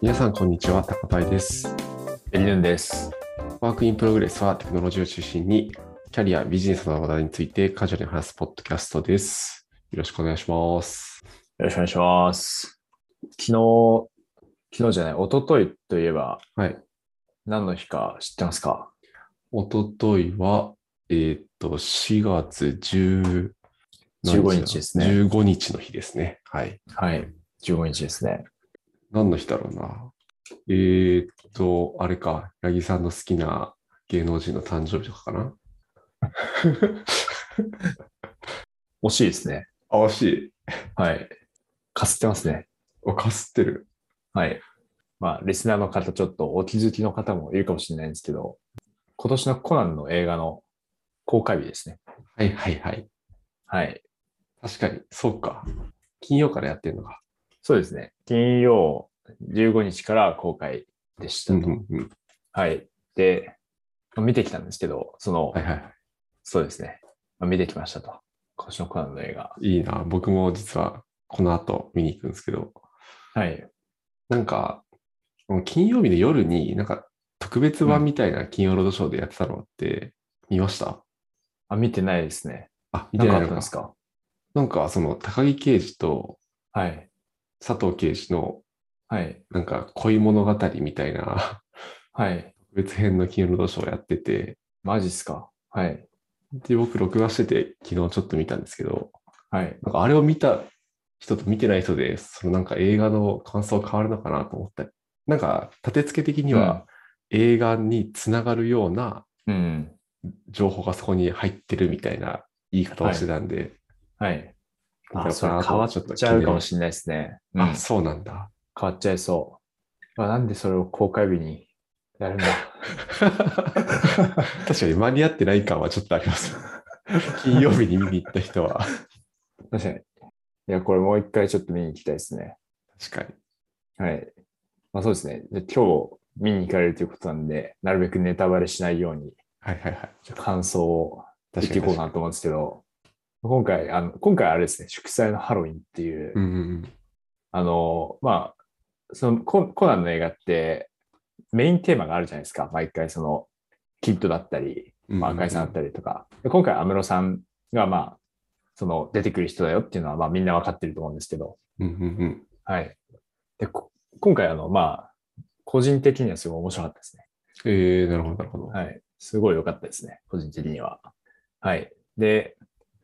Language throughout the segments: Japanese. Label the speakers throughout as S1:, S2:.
S1: 皆さん、こんにちは。タコパイです。
S2: エリヌンです。
S1: ワークインプログレスはテクノロジーを中心に、キャリア、ビジネスの話題についてカジュアルに話すポッドキャストです。よろしくお願いします。
S2: よろしくお願いします。昨日、昨日じゃない、一昨日といえば
S1: はい。
S2: 何の日か知ってますか
S1: おとといは、えーっと、4月10
S2: ?15 日ですね。
S1: 15日の日ですね。はい。
S2: はい、15日ですね。
S1: 何の日だろうな。えーっと、あれか、八木さんの好きな芸能人の誕生日とかか な。
S2: 惜しいですね。
S1: あ、惜しい。
S2: はい。かすってますね。
S1: おかすってる。
S2: はい。まあ、リスナーの方、ちょっとお気づきの方もいるかもしれないんですけど、今年のコナンの映画の公開日ですね。
S1: はいはいはい。
S2: はい。
S1: 確かに、そうか。金曜からやってるのか。
S2: そうですね。金曜15日から公開でした
S1: う
S2: と。
S1: んうんうん。
S2: はい。で、まあ見てきたんですけど、その、
S1: はいは
S2: そうですね。まあ、見てきましたと。今年のコナンの映画。
S1: い。いいな。僕も実はこの後見に行くんですけど、
S2: はい。
S1: なんか、もう金曜日の夜になんか特別版みたいな金曜ロードショーでやってたのって見ました、
S2: あ、見てないですね。
S1: あ、見てないの
S2: んかあったん
S1: か
S2: です。か
S1: なんかその高木刑事と
S2: はい。
S1: 佐藤刑事の
S2: はい。
S1: なんか恋物語みたいな
S2: はい。
S1: 特別編の金曜ロードショーをやってて、
S2: マジっすかはい。
S1: で、僕録画してて昨日ちょっと見たんですけど、
S2: はい。
S1: なんかあれを見た人と見てない人で、そのなんか映画の感想変わるのかなと思ったり、なんか立て付け的には映画につながるような
S2: うん。
S1: 情報がそこに入ってるみたいな言い方をしてたんで、
S2: はい。
S1: なん
S2: あ、
S1: か
S2: それ
S1: な
S2: 変わっ
S1: と思
S2: ちゃうか
S1: ちょっと気にな
S2: も
S1: りまし
S2: しれないですね。う
S1: た
S2: ん
S1: あ、。そうなんだ。
S2: 変わっちゃいそう。まあ、なんでそれを公開日にやるんだ
S1: 確かに間に合ってない感はちょっとあり ます。金曜日に見に行った人は。
S2: 確かに。いや、これもう一回ちょっと見に行きたいですね。
S1: 確かに。
S2: はい。まあそうですね。で今日見に行かれるということなんで、なるべくネタバレしないように、
S1: はいはいはい。
S2: ちょっと感想をやっ
S1: 確か
S2: て
S1: に
S2: いこ
S1: 確か
S2: うか
S1: に。
S2: なと思うんですけど、今回、あの今回あれですね、祝祭のハロウィンっていう、
S1: うんうんうん。
S2: あの、まあ、そのココナンの映画って、メインテーマがあるじゃないですか、毎回、その、キッドだったり、
S1: うんうん
S2: まあ、赤井さんだったりとか。で今回、安室さんが、まあ、その、出てくる人だよっていうのは、まあ、みんなわかってると思うんですけど、
S1: うんうんうん。
S2: はい。で、こ今回、あの、まあ、個人的にはすごい面白かったですね。
S1: えー、なるほどなるほど。
S2: はい。すごい良かったですね。個人的には。はい。で、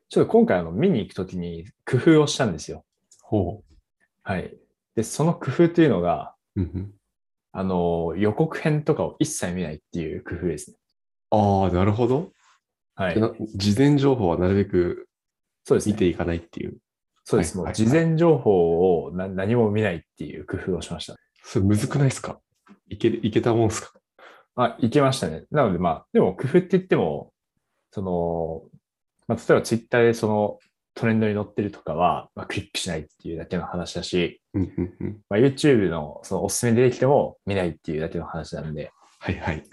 S2: ちょっと今回あの見に行くときに工夫をしたんですよ。
S1: ほ
S2: はい。で、その工夫というのが、
S1: う。うんうん、
S2: あの、予告編とかを一切見ないっていう工夫ですね。
S1: ああ、なるほど。
S2: はい
S1: で。な事前情報はなるべく
S2: そうです
S1: 見て
S2: ね。
S1: いかないっていう。
S2: そうです。
S1: はい
S2: も
S1: は
S2: う
S1: い
S2: 事前情報をな何も見ないっていう工夫をしました。
S1: それむずくないですかいけいけたもんですか
S2: あ、いけましたね。なのでまあ、でも工夫って言っても、その、まあ、例えばツイッターでそのトレンドに載ってるとかは、まあ、クリックしないっていうだけの話だし、
S1: うんうんうん。
S2: まあ、YouTube のそのおすすめ出てきても見ないっていうだけの話なんで、
S1: はいはい。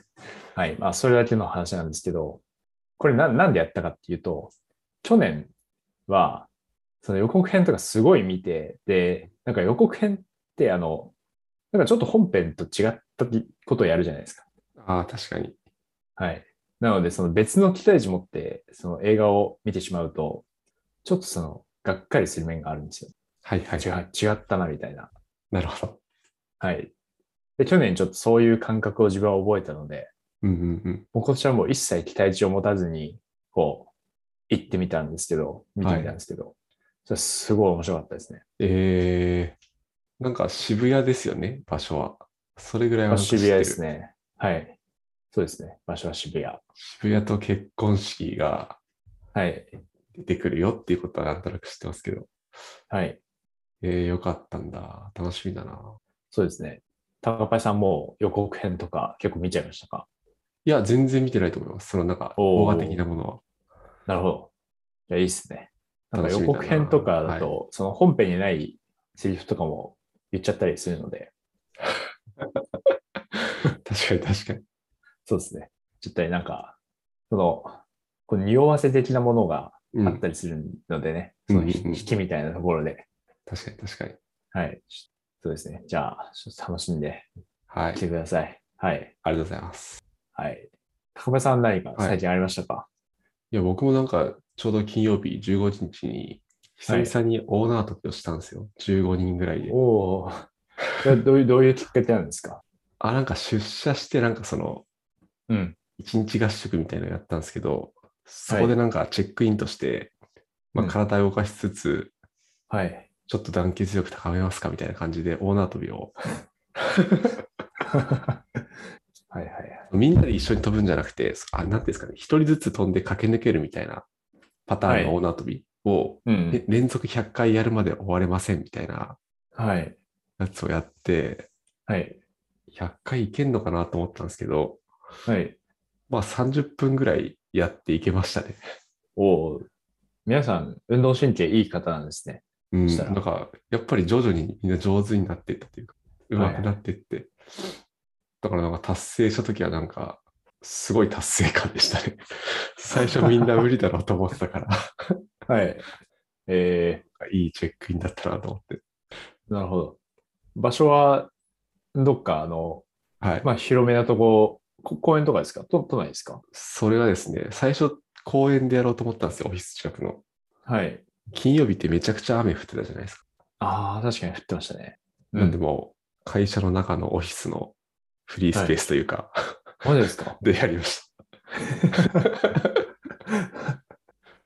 S2: はい。まあ、それだけの話なんですけど、これななんでやったかっていうと、去年は、その予告編とかすごい見て、で、なんか予告編って、あの、なんかちょっと本編と違ったことをやるじゃないですか。
S1: ああ、確かに。
S2: はい。なので、その別の期待値持って、その映画を見てしまうと、ちょっとその、がっかりする面があるんですよ。
S1: はいはい。
S2: 違う違ったな、みたいな。
S1: なるほど。
S2: はい。で、去年ちょっとそういう感覚を自分は覚えたので、
S1: うんうんうん。
S2: もう今年はもう一切期待値を持たずに、こう、行ってみたんですけど、見てみたんですけど、それはすごい面白かったですね。
S1: えー、なんか渋谷ですよね、場所は。それぐらいはなんか知って
S2: 渋
S1: る
S2: 谷です。ね。はい。そうですね。場所は渋谷。
S1: 渋谷と結婚式が
S2: はい。
S1: 出てくるよっていうことはなんとなく知ってますけど。
S2: はい。
S1: えー、よかったんだ。楽しみだな。
S2: そうですね。高橋さんも予告編とか結構見ちゃいましたか
S1: いや、全然見てないと思います。そのなんか、
S2: おー
S1: 動画的なものは。
S2: なるほど。いや、いいっすね。なんか
S1: 楽し
S2: 予
S1: みだな
S2: 告編とかだと、その本編にないセリフとかも言っちゃったりするので、
S1: 確かに確かに。
S2: そうですね。絶対なんか、その、こう匂わせ的なものが
S1: うん、
S2: あ
S1: 確
S2: ったりするのでね、
S1: うん
S2: そのひ
S1: うんうん
S2: 引きみたいなところで、
S1: かに確かに。
S2: はい。ちょそうですね。じゃあ、ちょっと楽しんで
S1: はい。あ
S2: 来てください。はい。
S1: りがとうございます。
S2: はい。高林さん何か最近ありましたか、
S1: いや、僕もなんか、ちょうど金曜日15日に、久々に大縄跳びをしたんですよ。15人ぐらいで。
S2: おお。それはどういう、どういうきっかけなんですか
S1: あ、なんか出社して、なんかその、
S2: うん。
S1: 一日合宿みたいなのやったんですけど、そこでなんかチェックインとして、まあ、
S2: うん
S1: 体を動かしつつ、
S2: はい。
S1: ちょっと団結力高めますかみたいな感じで大縄跳びを、
S2: はいはいはい。
S1: みんなで一緒に飛ぶんじゃなくて、あ、なんていうんですかね、一人ずつ飛んで駆け抜けるみたいなパターンの大縄跳びを、
S2: う
S1: れ
S2: ん。
S1: 連続100回やるまで終われませんみたいな
S2: はい。
S1: やつをやって、
S2: はい。
S1: 100回いけんのかなと思ったんですけど、
S2: はい。
S1: まあ30分ぐらいやっていけましたね。
S2: おお。皆さん、運動神経いい方なんですね。
S1: うん。
S2: した
S1: な
S2: ら
S1: んか、やっぱり徐々にみんな上手になっていったというか、上手くなっていって、だからなんか達成したときはなんか、すごい達成感でした ね。最初みんな無理だろうと思ってたから、
S2: はい。え
S1: いいチェックインだったなと思って。
S2: ー、なるほど。場所は、どっか、あの、
S1: はい。
S2: まあ、広めなとこ、こ公園とかですか都都内ですか
S1: それはですね、最初公園でやろうと思ったんですよ、オフィス近くの。
S2: はい。
S1: 金曜日ってめちゃくちゃ雨降ってたじゃないですか。
S2: ああ、確かに降ってましたね。う
S1: なんでもう会社の中のオフィスのフリースペースというか、
S2: マジですか
S1: でやりました。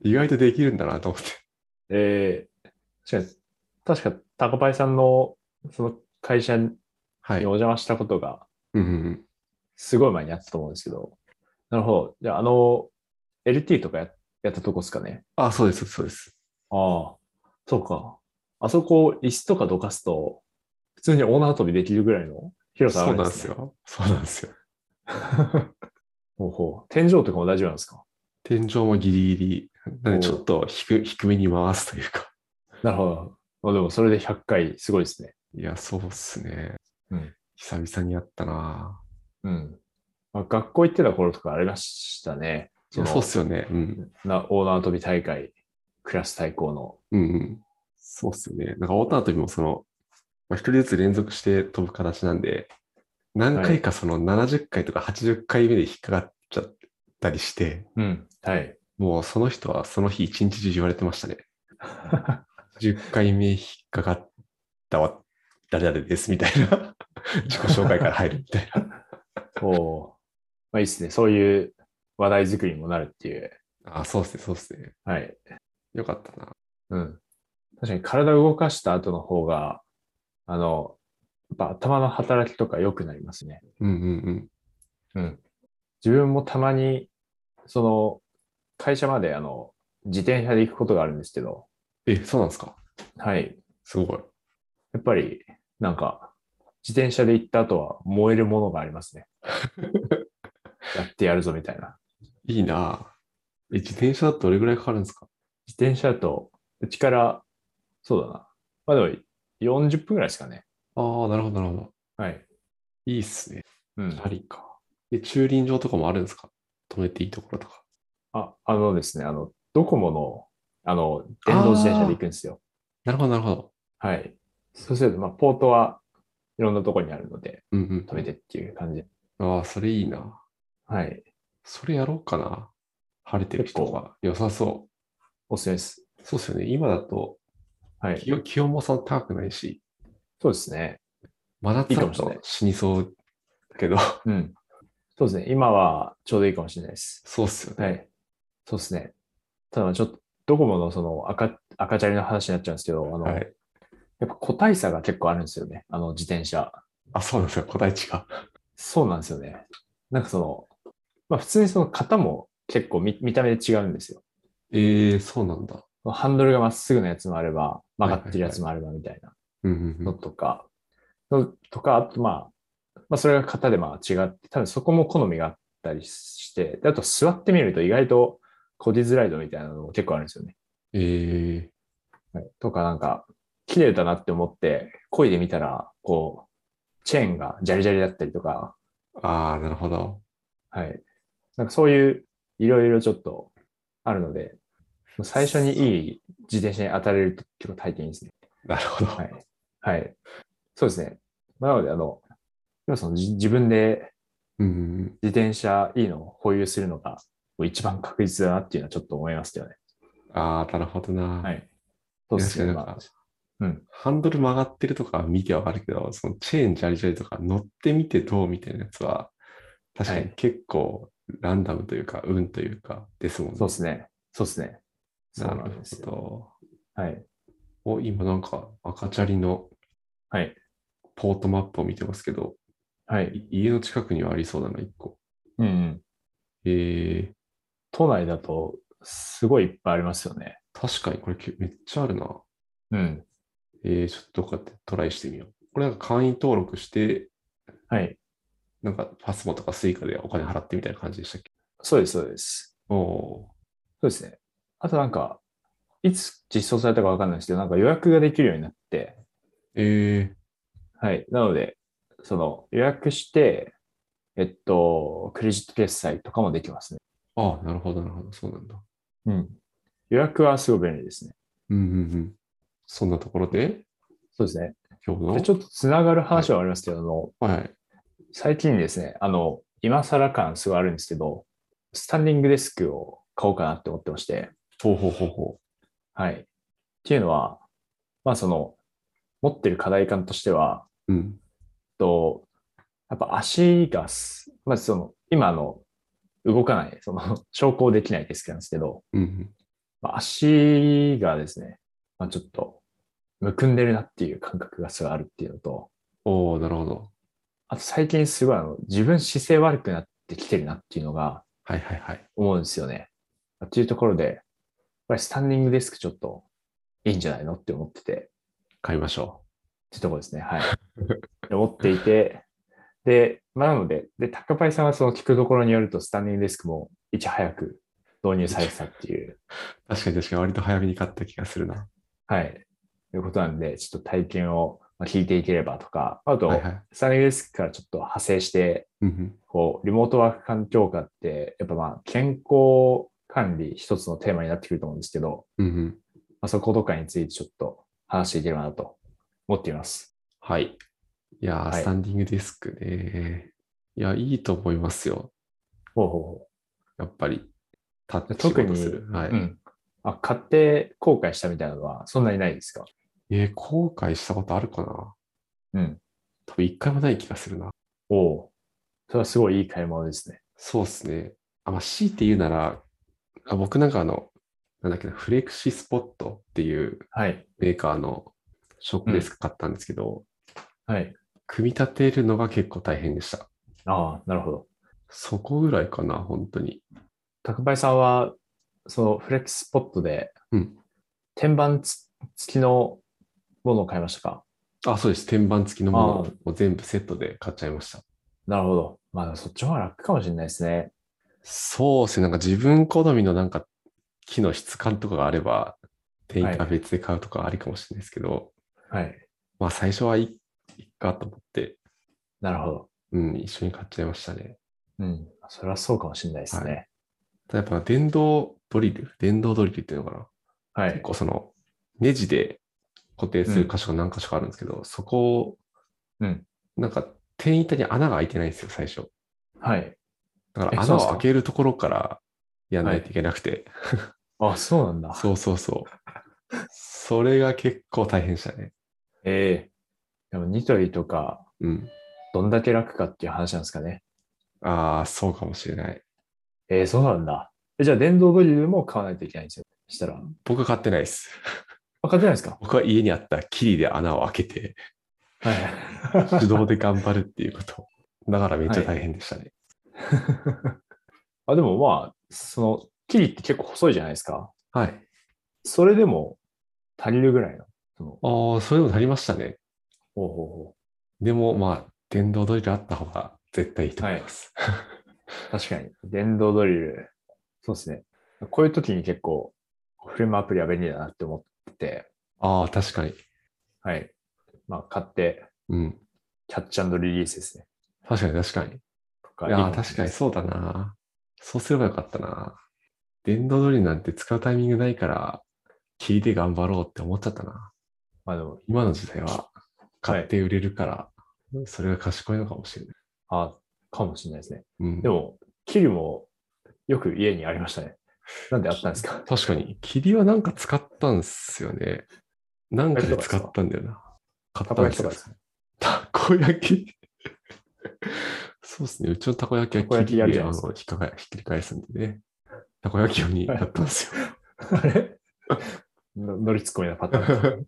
S1: 意外とできるんだなと思って。
S2: えー、確かに、確か、高パイさんの、その会社に
S1: はい。う
S2: お
S1: ん
S2: 邪魔したことが、
S1: うんうん、
S2: すごい前にあったと思うんですけど、なるほど。じゃあ、あの、LT とかややったとこですかね。
S1: あ、そうです、そうです。
S2: ああ、そうか。あそこ、椅子とかどかすと、普通にオーナー跳びできるぐらいの広さあ
S1: そうん
S2: る
S1: な
S2: で
S1: んですす
S2: ね。
S1: よ。そうなんですよ。
S2: ほうほう。天井とかも大丈夫なんですか
S1: 天井もギリギリ。なんでちょっと低低めに回すというか。
S2: なるほど。まあでも、それで100回、すごいですね。
S1: いや、そうっすね。
S2: うん
S1: 久々にやったな
S2: うん。まあ、学校行ってた頃とかありましたね。
S1: いやそうっすよね。うん。
S2: なオーナー跳び大会、クラス対抗の。
S1: うんうん。そうっすよね。なんか、終わった時もその、まあ、一人ずつ連続して飛ぶ形なんで、何回かその70回とか80回目で引っかかっちゃったりして、
S2: うん。はい。
S1: もうその人はその日一日中言われてましたね。10回目引っかかったわ、誰々です、みたいな。 自己紹介から入るみたいな。
S2: おお。まあいいですね。そういう話題作りにもなるっていう。
S1: あ、そうっすね、そうっすね。
S2: はい。
S1: よかったな。
S2: うん。確かに体を動かした後の方が、あの、やっぱ頭の働きとか良くなりますね。
S1: うんうんうん。
S2: うん。自分もたまに、その、会社まであの、自転車で行くことがあるんですけど、
S1: え、そうなんですか
S2: はい。
S1: すごい。
S2: やっぱり、なんか、自転車で行った後は燃えるものがありますね。やってやるぞみたいな。
S1: いいなえ、自転車だとどれぐらいかかるんですか
S2: 自転車だと、うちから、そうだな。まあでも、40分ぐらいですかね。
S1: ああ、なるほど、なるほど。
S2: はい。
S1: いいっすね。
S2: うん。
S1: ラリーか。で、駐輪場とかもあるんですか止めていいところとか。
S2: あ、あのですね、あの、ドコモの、あの、電動自転車で行くんですよ。
S1: なるほど、なるほど。
S2: はい。そうすると、まあ、ポートはいろんなところにあるので、
S1: うんうん。
S2: 止めてっていう感じ。
S1: ああ、それいいな。
S2: はい。
S1: それやろうかな。晴れてる人
S2: 結
S1: が良さそ
S2: おすすめです。
S1: う。そうですよね。今だと
S2: はい。
S1: 気温気温もそんな高くないし、
S2: そうですね。
S1: 真夏
S2: いいか
S1: だ
S2: もしれな
S1: と
S2: い
S1: 死にそうだけど、
S2: うん。そうですね。今はちょうどいいかもしれないです。
S1: そうっすよね。
S2: はい。そうですね。ただ、ちょっと、ドコモのその赤、赤チャリの話になっちゃうんですけど、あの、
S1: はい。
S2: やっぱ個体差が結構あるんですよね。あの、自転車。
S1: あ、そうなんですよ。個体値が。
S2: そうなんですよね。なんかその、まあ普通にその型も結構見見た目で違うんですよ。
S1: ええー、そうなんだ。
S2: ハンドルがまっすぐなやつもあれば、曲がってるやつもあればみたいな
S1: うんうんう
S2: の
S1: ん。
S2: とか、のとか、あとまあ、まあそれが型でまあ違って、多分そこも好みがあったりして、であと座ってみると意外とこじづらいぞみたいなのも結構あるんですよね。
S1: え
S2: はいとかなんか、綺麗だなって思って、漕いでみたら、こう、チェーンがジャリジャリだったりとか、
S1: えー。ああ、なるほど。
S2: はい。なんかそういう、いろいろちょっとあるので、最初にいい自転車に当たれると結構体験いいですね。
S1: なるほど。
S2: はい。はい。そうですね。まあなので、あの、今そのじ自分で
S1: うん。
S2: 自転車いいのを保有するのがもう一番確実だなっていうのはちょっと思いますけどね。
S1: ああ、なるほどな。
S2: はい。そうですね。
S1: 確かになん
S2: ま
S1: か
S2: あうん
S1: ハンドル曲がってるとかは見てわかるけど、そのチェーンジャリジャリとか乗ってみてどうみたいなやつは、確かに
S2: はい
S1: 結構ランダムというか、運というか、ですもん
S2: あ
S1: ね。
S2: そうですね。そうですね。そう
S1: な
S2: な
S1: る
S2: んです
S1: ほ
S2: よ。
S1: ど。
S2: はい。
S1: お、今なんか赤チャリの
S2: はい。
S1: ポートマップを見てますけど、
S2: はい。
S1: い家の近くにはありそうだな、1個。
S2: うんうん。
S1: えー、
S2: 都内だとすごいいっぱいありますよね。
S1: 確かにこれけめっちゃあるな。
S2: うん。
S1: えー、ちょっとどっかでトライしてみよう。これなんか会員登録して、
S2: はい。
S1: なんかパスモとかスイカでお金払ってみたいな感じでしたっけ
S2: そうです、そうです。
S1: おお
S2: そうですね。あとなんか、いつ実装されたかわかんないですけど、なんか予約ができるようになって、
S1: ー。え
S2: はい。なので、その予約して、えっと、クレジット決済とかもできますね。
S1: ー、ああ、なるほど、なるほど、そうなんだ。
S2: うん。予約はすごい便利ですね。
S1: うんうんうん。そんなところで、
S2: そうですね。
S1: 今日
S2: こ
S1: の。
S2: れちょっとつながる話はありますけど、あの
S1: はい。
S2: 最近ですね、あの、今更感すごいあるんですけど、スタンディングデスクを買おうかなって思ってまして、
S1: ほうほうほうほ
S2: はい。っていうのは、まあその、持ってる課題感としては、
S1: う。うん。
S2: えっと、やっぱ足がす、まずその、今あの動かない、その、 昇降できないですけどなんですけど、
S1: うんうん。
S2: まあ足がですね、まあ、ちょっと、むくんでるなっていう感覚がすごいあるっていうのと、
S1: おおなるほど。
S2: あと最近すごいあの自分姿勢悪くなってきてるなっていうのが
S1: はいはいはい。
S2: 思うんですよね。っていうところで、やっぱりスタンディングデスクちょっといいんじゃないのって思ってて、
S1: 買いましょ
S2: ってとこですね。はい。思っていて、で、まあ、なので、で、タカパイさんはその聞くところによると、スタンディングデスクもいち早く導入されてたっていう、
S1: う。確かに確かに割と早めに買った気がするな。
S2: はい、いうことなんで、ちょっと体験をまあ聞いていければとか、あと、
S1: はいはい。
S2: スタンディングデスクからちょっと派生して、
S1: うんうん。
S2: こう、リモートワーク環境下って、やっぱまあ、健康管理一つのテーマになってくると思うんですけど、
S1: うんうん。
S2: まあ、そことかについてちょっと話していければなと思っています。
S1: はい。いやー、
S2: はい
S1: スタンディングディスクね。いや、いいと思いますよ。
S2: ほうほうほう
S1: やっぱり。立って仕
S2: 特
S1: 事
S2: に
S1: する。はい。
S2: うん。あ、買って後悔したみたいなのはそんなにないですか
S1: えー後悔したことあるかな
S2: うん。
S1: 多分一回もない気がするな。
S2: おお。それはすごいいい買い物ですね。
S1: そうですね。あ、まあ、強いて言うなら、あ僕なんかあの、なんだっけな、フレクシスポットっていう
S2: はい。
S1: メーカーのショックデスク買ったんですけど、
S2: はい。
S1: 組み立てるのが結構大変でした。
S2: ああ、なるほど。
S1: そこぐらいかな、本当に。
S2: 宅配さんは、そのフレックスポットで、
S1: うん
S2: 天板つ付きのものを買いましたか
S1: あ、そうです。天板付きのも
S2: ああ
S1: のを全部セットで買っちゃいました。
S2: なるほど。まあ、そっちの方が楽かもしれないですね。
S1: そうですね。なんか自分好みのなんか木の質感とかがあれば、定価別で買うとかありかもしれないですけど、
S2: はい。
S1: まあ最初はいいいっかと思って、
S2: なるほど。
S1: うん、一緒に買っちゃいましたね。
S2: うん。それはそうかもしれないですね。
S1: ただやっぱ電動ドリル、電動ドリルっていうのかな。
S2: はい。
S1: 結構その、ネジで固定する箇所が何箇所かあるんですけど、そこを、
S2: うん
S1: なんか店員板に穴が開いてないんですよ、最初。
S2: はい。
S1: だか
S2: え
S1: ら
S2: そう
S1: 穴
S2: です
S1: を
S2: か
S1: 開けるところからやらないといけなくて、
S2: あ、そうなんだ。
S1: そうそうそう。それが結構大変でしたね。
S2: ええでも、ニトリとか、
S1: うん。
S2: どんだけ楽かっていう話なんですかね。
S1: ああ、そうかもしれない。
S2: えー、そうなんだ。えじゃあ、電動ドリルも買わないといけないんですよ。したら。
S1: 僕は買ってないです。
S2: あ、買ってないですか
S1: 僕は家にあったキリで穴を開けて、
S2: はい。
S1: 手動で頑張るっていうこと。だからめっちゃ大変でしたね。
S2: あ、でもまあ、その、キリって結構細いじゃないですか。
S1: はい。
S2: それでも足りるぐらいの。その
S1: ああ、それでもなりましたね。
S2: ほうほうほ
S1: でも、まあ、電動ドリルあった方が絶対いいと思います。
S2: う確かに。電動ドリル。そうですね。こういう時に結構、フレームアプリは便利だなって思ってて、
S1: ああ、確かに。
S2: はい。まあ、買って、
S1: うん。
S2: キャッチリリースですね。
S1: 確かに確かに。
S2: とか。
S1: い
S2: いい
S1: や
S2: も
S1: ー、
S2: の
S1: 確かにそうだな。そうすればよかったな。電動ドリルなんて使うタイミングないから、切りで頑張ろうって思っちゃったな。
S2: まあでも、
S1: 今の時代は買って売れるから、それが賢いのかもしれない。
S2: あ、かもしれないですね。
S1: うん、
S2: でも、キリもよく家にありましたね。なんであったんですか
S1: 確かに、霧はなんか使ったんすよね。なんかで使ったんだよな。買った
S2: たこ
S1: んです
S2: 焼きと
S1: よ
S2: かで。すね。
S1: たこ焼きそうですね。うちのたこ焼きは
S2: たこ焼きやるじゃないです
S1: あのひっかかひっくり返すんでね。たこ焼き用にやったんです よ。
S2: あれの乗りツッコミのパターン。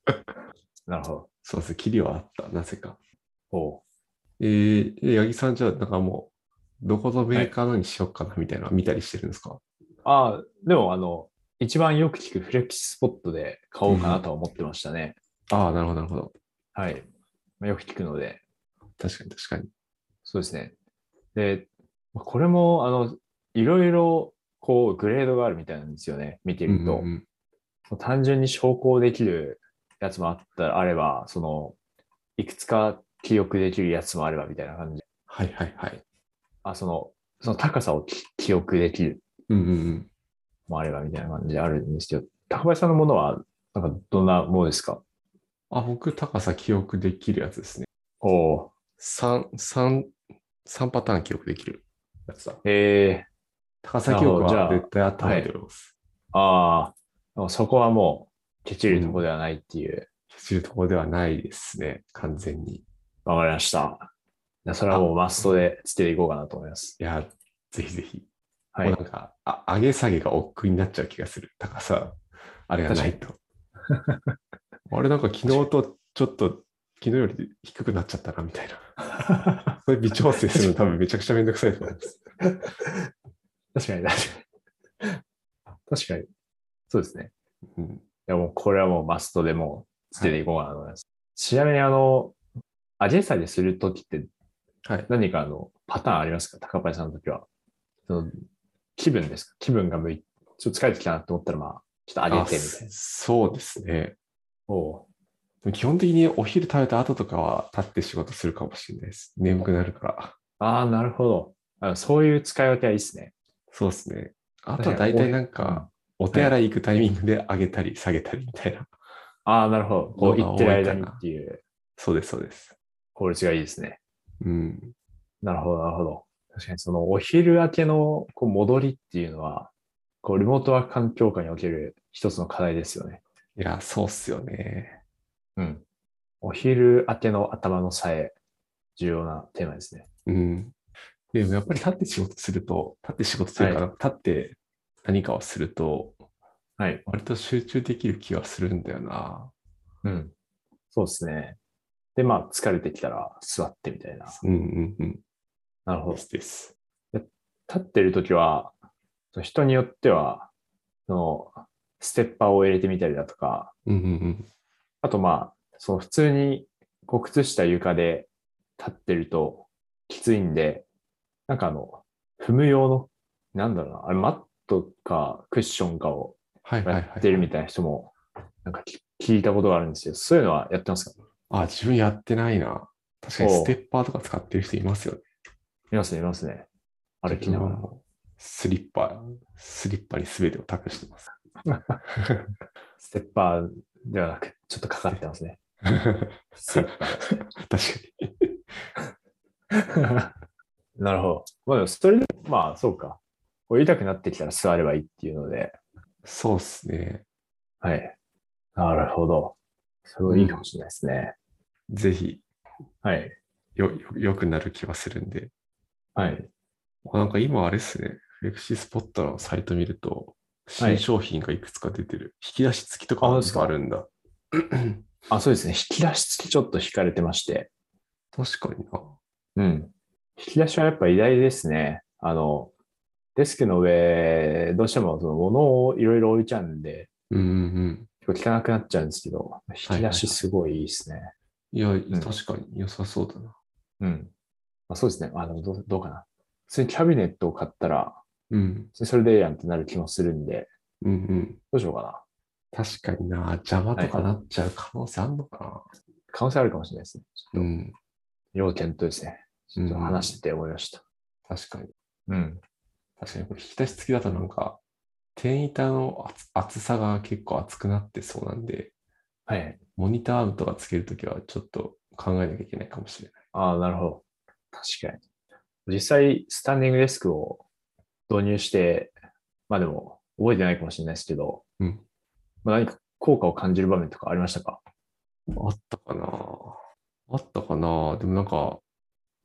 S2: なるほど。
S1: そうですね。霧はあった。なぜか。
S2: おう
S1: えー、で八木さんじゃあ、なんかもう、どこのメーカーのにしよっかなみたいな、見たりしてるんですか
S2: ああ、でも、あの、一番よく聞くフレキシスポットで買おうかなとは思ってましたね。
S1: ああ、なるほど、なるほど。
S2: はい。まあよく聞くので、
S1: 確かに、確かに。
S2: そうですね。で、まあこれも、あの、いろいろ、こう、グレードがあるみたいなんですよね。見てると。
S1: うんうん
S2: 単純に証拠できるやつもあったあれば、その、いくつか記憶できるやつもあればみたいな感じ。
S1: はいはいはい。
S2: あ、その、その高さをき記憶できる
S1: うんうんうん。
S2: もあればみたいな感じであるんですけど、高林さんのものは、なんかどんなものですか
S1: あ、僕、高さ記憶できるやつですね。
S2: おお
S1: 3、三三パターン記憶できるやつだ。
S2: ー、え
S1: 高さ記憶
S2: なるほどじゃ
S1: は
S2: あ
S1: 絶対あった方がいいと思います。
S2: ー、ああ、そこはもう、ケチるとこではないっていう。
S1: 知るところではないですね、完全に。い
S2: わ、かりました。いやそれはもうマストでつけていこうかなと思います。
S1: や、ぜひぜひ。
S2: はい
S1: もう。なんかあ、上げ下げが億劫になっちゃう気がする。高さ、あれがないと。あれなんか昨日とちょっと、昨日より低くなっちゃったな、みたいな。それ微調整するの多分めちゃくちゃめんどくさいと思います。
S2: 確かに、確かに。確かに。そうですね。
S1: うん、
S2: いや、もうこれはもうマストでもう捨てていこうかなと思います。ちなみにあの、アジェサイでするときって
S1: はい。
S2: 何かあの、パターンありますか高林さんのときは。その気分ですか気分が向いちょっと疲れてきたなと思ったら、まあ、ちょっと上げてみたい
S1: あ
S2: な。
S1: そうですね。
S2: おう
S1: でも基本的にお昼食べた後とかは立って仕事するかもしれないです。眠くなるから。
S2: ああ、なるほどあ。そういう使い分けはいいですね。
S1: そうですね。あとは大体なんか、お手洗い行くタイミングで上げたり下げたりみたいな。
S2: ああ、なるほど。こう
S1: のが
S2: 言ってる
S1: 多い
S2: 間
S1: かな
S2: にっていう
S1: そうです、そうです。
S2: 効率がいいですね。
S1: うん。
S2: なるほど、なるほど。確かにそのお昼明けのこう戻りっていうのは、こうリモートワーク環境下における一つの課題ですよね。
S1: いや、そうっすよね。
S2: うん。お昼明けの頭のさえ、重要なテーマですね。
S1: うん。でもやっぱり立って仕事すると、立って仕事するから、立って何かをすると、
S2: はい。
S1: 割と集中できる気はするんだよな。
S2: うん。そうですね。で、まあ、疲れてきたら座ってみたいな。
S1: うんうんうん。
S2: なるほど
S1: で。すです。
S2: 立ってるときは、その人によっては、その、ステッパーを入れてみたりだとか、
S1: うんうんうん。
S2: あとまあ、そう普通にこう靴下床で立ってるときついんで、なんかあの、踏む用の、なんだろうな、あれマットかクッションかを
S1: はいはいは
S2: や
S1: い。
S2: ってるみたいな人も、なんかき聞いたことがあるんですよ。そういうのはやってますか
S1: あ、自分やってないな。確かに
S2: お
S1: ス
S2: う
S1: テッパーとか使ってる人いますよね。
S2: いますね、いますね。歩きながら。
S1: スリッパ、スリッパに全てを託してます。
S2: ステッパーではなく、ちょっとかかってますね。ステッパーですね。
S1: 確かに。
S2: なるほど。まあでも、それで、まあそうか。こう痛くなってきたら座ればいいっていうので、
S1: そうっすね。
S2: はい。なるほど。それはいいかもしれないですね。
S1: ぜひ、
S2: はい。
S1: よ、よ、良くなる気はするんで。
S2: はい。
S1: なんか今あれっすね。フレクシスポットのサイト見ると、
S2: は
S1: 新
S2: い
S1: 商品がいくつか出てる。引き出し付きとか
S2: あ
S1: も
S2: そうですか
S1: あるん だ。
S2: あ、そうですね。引き出し付きちょっと引かれてまして。
S1: 確かにな。
S2: うん。引き出しはやっぱ偉大ですね。あの、デスクの上、どうしてもその物をいろいろ置いちゃうんで、
S1: うんうんうん。
S2: 結構効かなくなっちゃうんですけど、引き出しすごいいいですね。
S1: いや、
S2: ん
S1: 確かに良さそうだな。
S2: うん。まあ、そうですね。あのどう、どうかな。普通にキャビネットを買ったら、
S1: うん。
S2: それでええやんってなる気もするんで、
S1: うんうん。
S2: どうしようかな。
S1: 確かにな。邪魔とかなっちゃう可能性あんのかな。
S2: 可能性あるかもしれないですね。ちょっと
S1: うん。
S2: 要検討ですね。ちょっと話してて思いました。
S1: 確かに。
S2: うん。
S1: 確かに、これ引き出し付きだとなんか、天板の厚厚さが結構厚くなってそうなんで、
S2: はい。
S1: モニターアームとかつけるときはちょっと考えなきゃいけないかもしれない。
S2: ああ、なるほど。確かに。実際、スタンディングデスクを導入して、まあでも、覚えてないかもしれないですけど、
S1: うん
S2: まあ、何か効果を感じる場面とかありましたか
S1: あったかなあったかなでもなんか、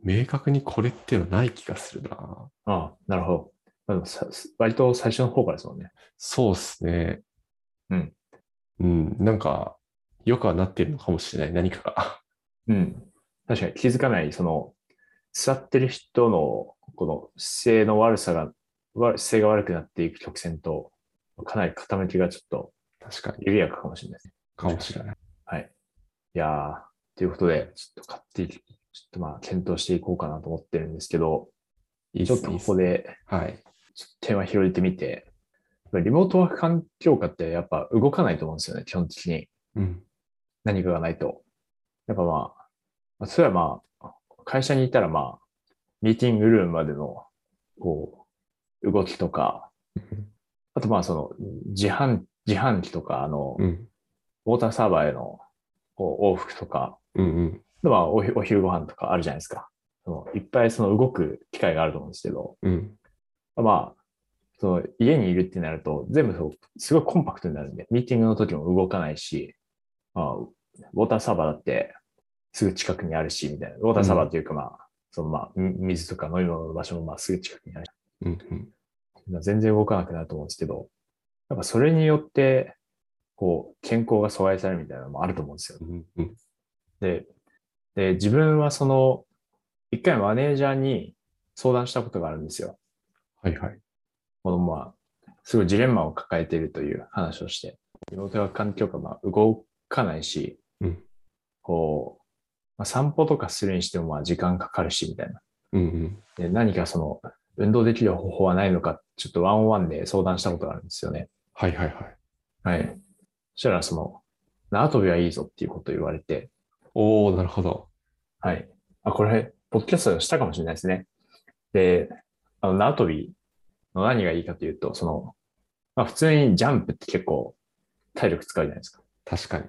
S1: 明確にこれっていうのはない気がするな。
S2: ああ、なるほど。まあでもさ割と最初の方からですもんね。
S1: そうっすね。
S2: うん。
S1: うん、なんか、よくはなってるのかもしれない、何かが。
S2: うん。確かに気づかない、その、座ってる人の、この姿勢の悪さが、わ姿勢が悪くなっていく曲線と、かなり傾きがちょっと
S1: 確かに。
S2: 緩やかかもしれないですね。
S1: かもしれない。
S2: はい。いやー、ということで、ちょっと買っていき、ちょっとまあ、検討していこうかなと思ってるんですけど、
S1: いいっ
S2: ちょっ
S1: す
S2: と
S1: ね。いい
S2: こ
S1: っす
S2: こで、
S1: はい。
S2: ちょっとテーマ広げてみて、リモートワーク環境下ってやっぱ動かないと思うんですよね、基本的に。
S1: うん。
S2: 何かがないと。やっぱまあまあ、それはまあ、会社にいたらまあ、ミーティングルームまでの、こう、動きとか、あとまあその、自販、自販機とか、あの、
S1: うん。
S2: ウォーターサーバーへの、こう、往復とか、
S1: うんうん。
S2: まあおひ、お昼ご飯とかあるじゃないですか。そのいっぱいその動く機会があると思うんですけど、
S1: うん。
S2: まあ、その家にいるってなると、全部そうすごいコンパクトになるんで、ミーティングの時も動かないし、まあ、ウォーターサーバーだってすぐ近くにあるし、みたいな。ウォーターサーバーというか、まあ、そのまあ、み水とか飲み物の場所もまあすぐ近くにある
S1: うんうん。
S2: し、まあ全然動かなくなると思うんですけど、やっぱそれによって、こう、健康が阻害されるみたいなのもあると思うんですよね
S1: うんうん。
S2: で、で、自分はその、一回マネージャーに相談したことがあるんですよ。
S1: はいはい。
S2: 子供は、すごいジレンマを抱えているという話をして、妹が環境がまあ動かないし、
S1: うん
S2: こう、まあ、散歩とかするにしてもまあ時間かかるし、みたいな。
S1: うんうん。
S2: で、何かその、運動できる方法はないのか、ちょっとワンオンワンで相談したことがあるんですよね。
S1: はいはいはい。
S2: はい。そしたら、その、縄跳びはいいぞっていうことを言われて、
S1: おー、なるほど。
S2: はい。あ、これ、ポッドキャストでもしたかもしれないですね。で、あの、縄跳びの何がいいかというと、その、まあ普通にジャンプって結構体力使うじゃないですか。
S1: 確かに。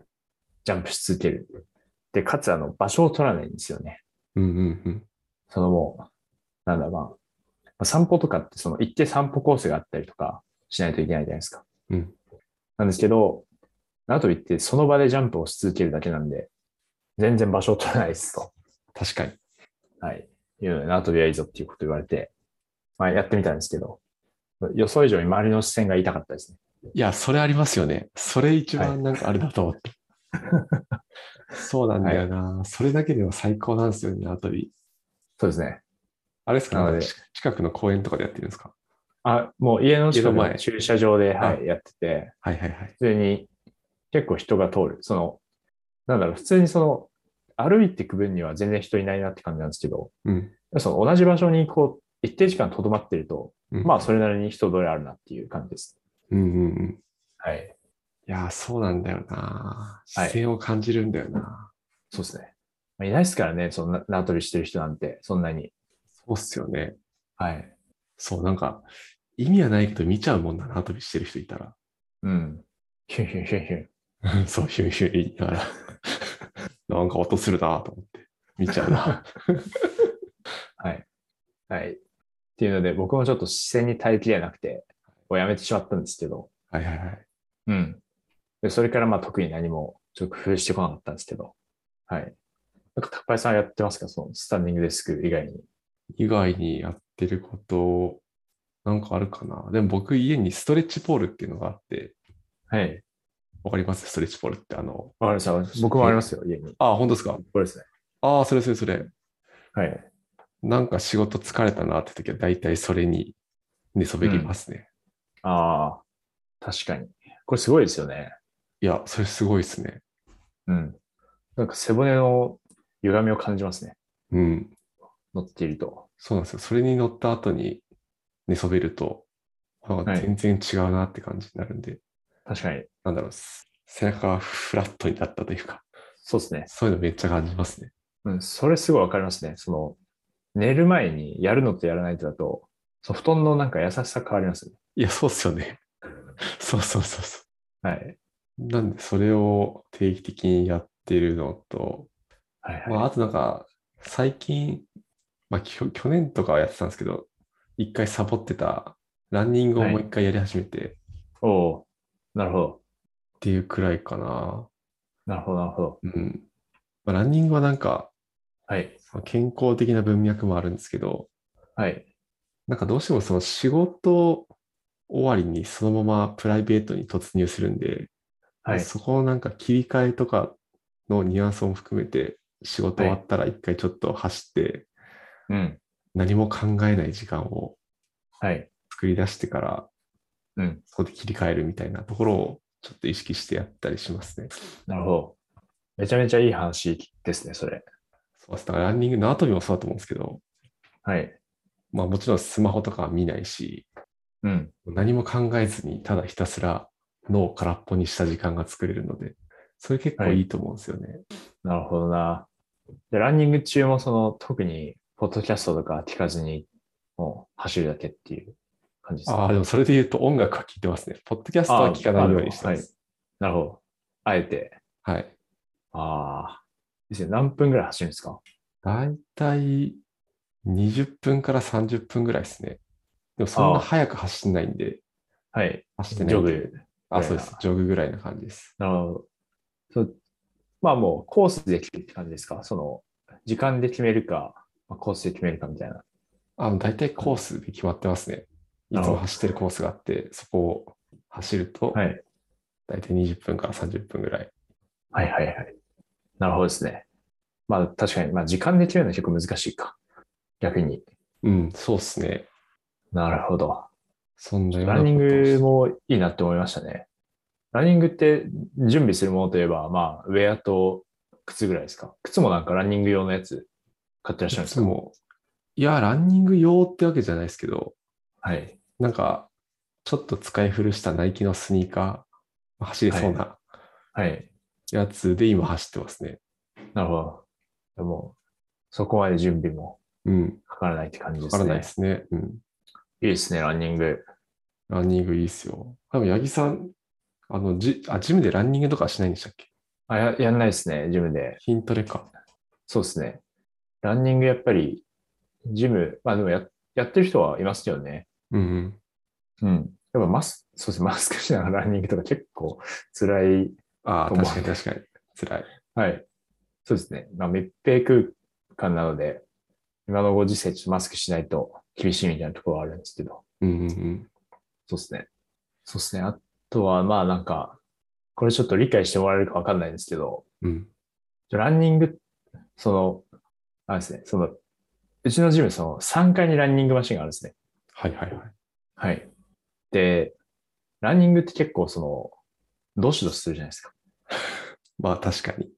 S2: ジャンプし続ける。で、かつあの、場所を取らないんですよね。
S1: うんうんうん。
S2: そのもう、なんだまあ、まあ、散歩とかってその一定散歩コースがあったりとかしないといけないじゃないですか。
S1: うん。
S2: なんですけど、縄跳びってその場でジャンプをし続けるだけなんで、全然場所を取らないですと。
S1: 確かに。
S2: はい。いうので、縄跳びはいいぞっていうこと言われて、まあ、やってみたんですけど、予想以上に周りの視線が痛かったですね。
S1: いや、それありますよね。それ一
S2: はい
S1: 番なんかあれだと思って。そうなんだよな、それだけでは最高なんですよね、縄跳び。
S2: そうですね。
S1: あれですか、
S2: なの
S1: なん
S2: で
S1: か近近くの公園とかでやってるんですか
S2: あ、もう家の近
S1: 家
S2: く
S1: の
S2: の
S1: 前
S2: 駐車場で、は、
S1: はい
S2: やってて、
S1: はいはいはい。
S2: 普通に結構人が通る。その、なんだろう、普通にその、歩いてく分には全然人いないなって感じなんですけど、
S1: うん。
S2: その同じ場所にこう、一定時間留まってると、
S1: うん、
S2: まあ、それなりに人通りあるなっていう感じです。
S1: うんうんうん。
S2: はい。
S1: いや、そうなんだよな
S2: はい
S1: 視線を感じるんだよな、
S2: そうですね。まあ、いないですからね、そのな縄跳びしてる人なんて、そんなに。
S1: そうっすよね。
S2: はい。
S1: そう、なんか、意味はないけど見ちゃうもんな、縄跳びしてる人いたら。
S2: うん。ヒュンヒュンヒュン ヒュン。
S1: そう、ヒュンヒュン言いながら。 なんか音するなと思って。見ちゃ うな。
S2: はい。はい。っていうので、僕もちょっと視線に耐えきれなくて、こうやめてしまったんですけど、
S1: はいはいはい。
S2: うん。で、それからまあ特に何もちょっと工夫してこなかったんですけど、はい。なんか、高橋さんやってますかそのスタンディングデスク以外に。
S1: 以外にやってること、なんかあるかな。でも僕、家にストレッチポールっていうのがあって、
S2: はい。
S1: わかりますストレッチポールって、あの、
S2: わかりました。僕もありますよ、家に。
S1: ああ、本当ですか。
S2: これですね。
S1: ああ、それそれそれ。
S2: はい。
S1: なんか仕事疲れたなって時は、だいたいそれに寝そべりますね。
S2: ああ、確かに。これすごいですよね。
S1: いや、それすごいですね。
S2: うん。なんか背骨の歪みを感じますね。
S1: うん。
S2: 乗っていると。
S1: そうなんですよ。それに乗った後に寝そべると、なんか
S2: はい
S1: 全然違うなって感じになるんで、
S2: 確かに。
S1: なんだろう、背中がフラットになったというか、
S2: そうですね。
S1: そういうのめっちゃ感じますね。
S2: うん、それすごいわかりますね。その、寝る前にやるのとやらないとだと、その布団のなんか優しさ変わりますね。
S1: いや、そうっすよね。 そうそうそうそう。
S2: はい。
S1: なんで、それを定期的にやってるのと、
S2: はいはい。
S1: まあ、あとなんか、最近、まあ、きょ去年とかはやってたんですけど、一回サボってたランニングをもう一回やり始めてっ
S2: おおなるほど。
S1: ていうくらいかな。
S2: なるほど、なるほど。
S1: うん。まあ、ランニングはなんか、
S2: はい。
S1: その健康的な文脈もあるんですけど、
S2: はい。
S1: なんかどうしてもその仕事終わりにそのままプライベートに突入するんで、
S2: はい。
S1: そこのなんか切り替えとかのニュアンスも含めて、仕事終わったら一回ちょっと走って、
S2: うん。
S1: 何も考えない時間を
S2: はい。
S1: 作り出してから、
S2: うん。
S1: そこで切り替えるみたいなところをちょっと意識してやったりしますね。
S2: なるほど。めちゃめちゃいい話ですね、それ。
S1: そうです。だからランニング、縄跳びもそうだと思うんですけど、
S2: はい。
S1: まあもちろんスマホとかは見ないし、
S2: うん。
S1: 何も考えずにただひたすら脳を空っぽにした時間が作れるので、それ結構いいと思うんですよね。
S2: なるほどな。で、ランニング中も、その、特に、ポッドキャストとか聞かずに、もう、走るだけっていう感じですか
S1: ああ、でもそれで言うと音楽は聞いてますね。ポッドキャストは聞かないようにしてます。
S2: なるほど。あえて。
S1: はい。
S2: ああ。ですね。何分ぐらい走るんですか
S1: だいたい20分から30分ぐらいですね。でもそんな早く走んないんで、
S2: はい。
S1: 走って
S2: ジ
S1: ない
S2: ョ
S1: んで
S2: グ。
S1: あ、そうです。ジョグぐらいな感じです。
S2: なるほど。そうまあもうコースで決めるって感じですかその、時間で決めるか、まあコースで決めるかみたいな。
S1: あの、大体コースで決まってますね。い
S2: なる
S1: つ
S2: ほど
S1: も走ってるコースがあって、そこを走ると、
S2: は
S1: だい
S2: い。
S1: たい20分から30分ぐらい。
S2: はいはいはい。なるほどですね。まあ確かに、まあ時間で決めるのは結構難しいか。逆に。
S1: うん、そうですね。
S2: なるほど。
S1: そんなような
S2: ランニン
S1: ことをして
S2: グもいいなって思いましたね。ランニングって準備するものといえば、まあ、ウェアと靴ぐらいですか。靴もなんかランニング用のやつ買ってらっしゃるんですか
S1: いつも、いや、ランニング用ってわけじゃないですけど、
S2: はい。
S1: なんか、ちょっと使い古したナイキのスニーカー、走れそうな
S2: はい。
S1: やつで今走ってますね。
S2: なるほど。でも、そこまで準備も
S1: うん、
S2: かからないって感じで
S1: わか
S2: す
S1: らない
S2: ね
S1: で。すね。うん。
S2: いいですね、ランニング。
S1: ランニングいいっすよ。多分、八木さん、あの、ジあジムでランニングとかしないんでしたっけ
S2: あややんないですね、ジムで。
S1: 筋トレか。
S2: そうですね。ランニングやっぱり、ジム、まあでもややってる人はいますよね。
S1: うん、うん。
S2: うん。やっぱマス、そうですね、マスクしながらランニングとか結構辛い。
S1: ああ、
S2: と思う
S1: 確かに確かに。辛い。
S2: はい。そうですね。まあ密閉空間なので、今のご時世、ちょっとマスクしないと厳しいみたいなところはあるんですけど。
S1: うんうんうん。
S2: そうですね。そうですね。あとは、まあなんか、これちょっと理解してもらえるかわかんないんですけど、
S1: うん。
S2: ランニング、その、あれですね、その、うちのジム、その3階にランニングマシンがあるんですね。
S1: はいはいはい。
S2: はい。で、ランニングって結構その、どしどしするじゃないですか。
S1: まあ確かに。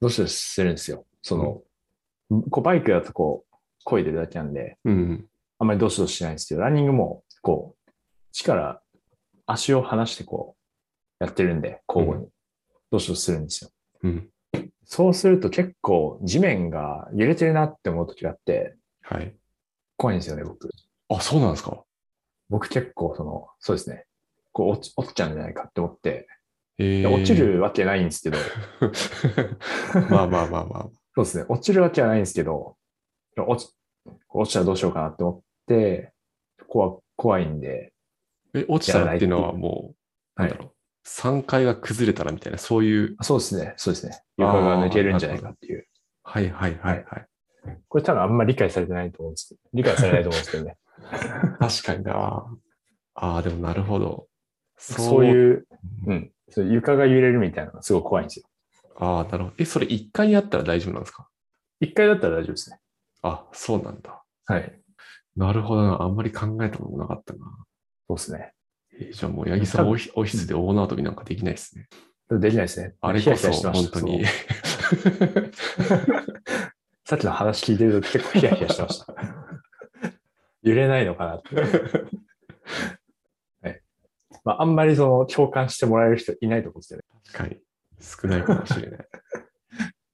S2: どしどしするんですよ。その、こうバイクだとこう、漕いでるだけなんで、
S1: うんうん。
S2: あんまりどしどししないんですけど、ランニングも、こう、力、足を離してこう、やってるんで、交互に。どしどしするんですよ。
S1: うん。
S2: そうすると結構地面が揺れてるなって思う時があって、
S1: はい。
S2: 怖いんですよね、僕。
S1: あ、そうなんですか
S2: 僕結構その、そうですね。こう落ち落ちちゃうんじゃないかって思って、
S1: え
S2: いや落ち。るわけないんですけど、
S1: まあまあまあまあ。
S2: そうですね。落ちるわけはないんですけど、いや落ち、落ちたらどうしようかなって思って、ここは怖いんで、
S1: え、落ちたらっていうのはもう、
S2: は
S1: ないんだろう。3階が崩れたらみたいな、そういう。
S2: そうですね。そうですね。床が抜けるんじゃないかっていう。
S1: はいはいはいはい。
S2: これ多分あんまり理解されてないと思うんですけど、理解されないと思うんです けどね。
S1: 確かにな。ああ、でもなるほど。
S2: そう
S1: う。
S2: いう、うん。そう床が揺れるみたいなのがすごい怖いんですよ。
S1: ああ、なるほど。え、それ1階にあったら大丈夫なんですか
S2: 一回だったら大丈夫ですね。
S1: あ、そうなんだ。
S2: はい。
S1: なるほどな。あんまり考えたことなかったな。
S2: そうですね。
S1: えじゃあもう、八木さん、
S2: 多分
S1: オフィオフィスで大縄跳びなんかできないですね。
S2: できないですね。
S1: あれ
S2: ヒ
S1: こ
S2: ヤヒ
S1: そ、
S2: ヤしてま
S1: 本
S2: した
S1: 当に。
S2: さっきの話聞いてると結構ヒヤヒヤしてま した。揺れないのかなって。はいまあ、あんまりその共感してもらえる人いないと思うんですよね。
S1: 確かに。少ないかもしれ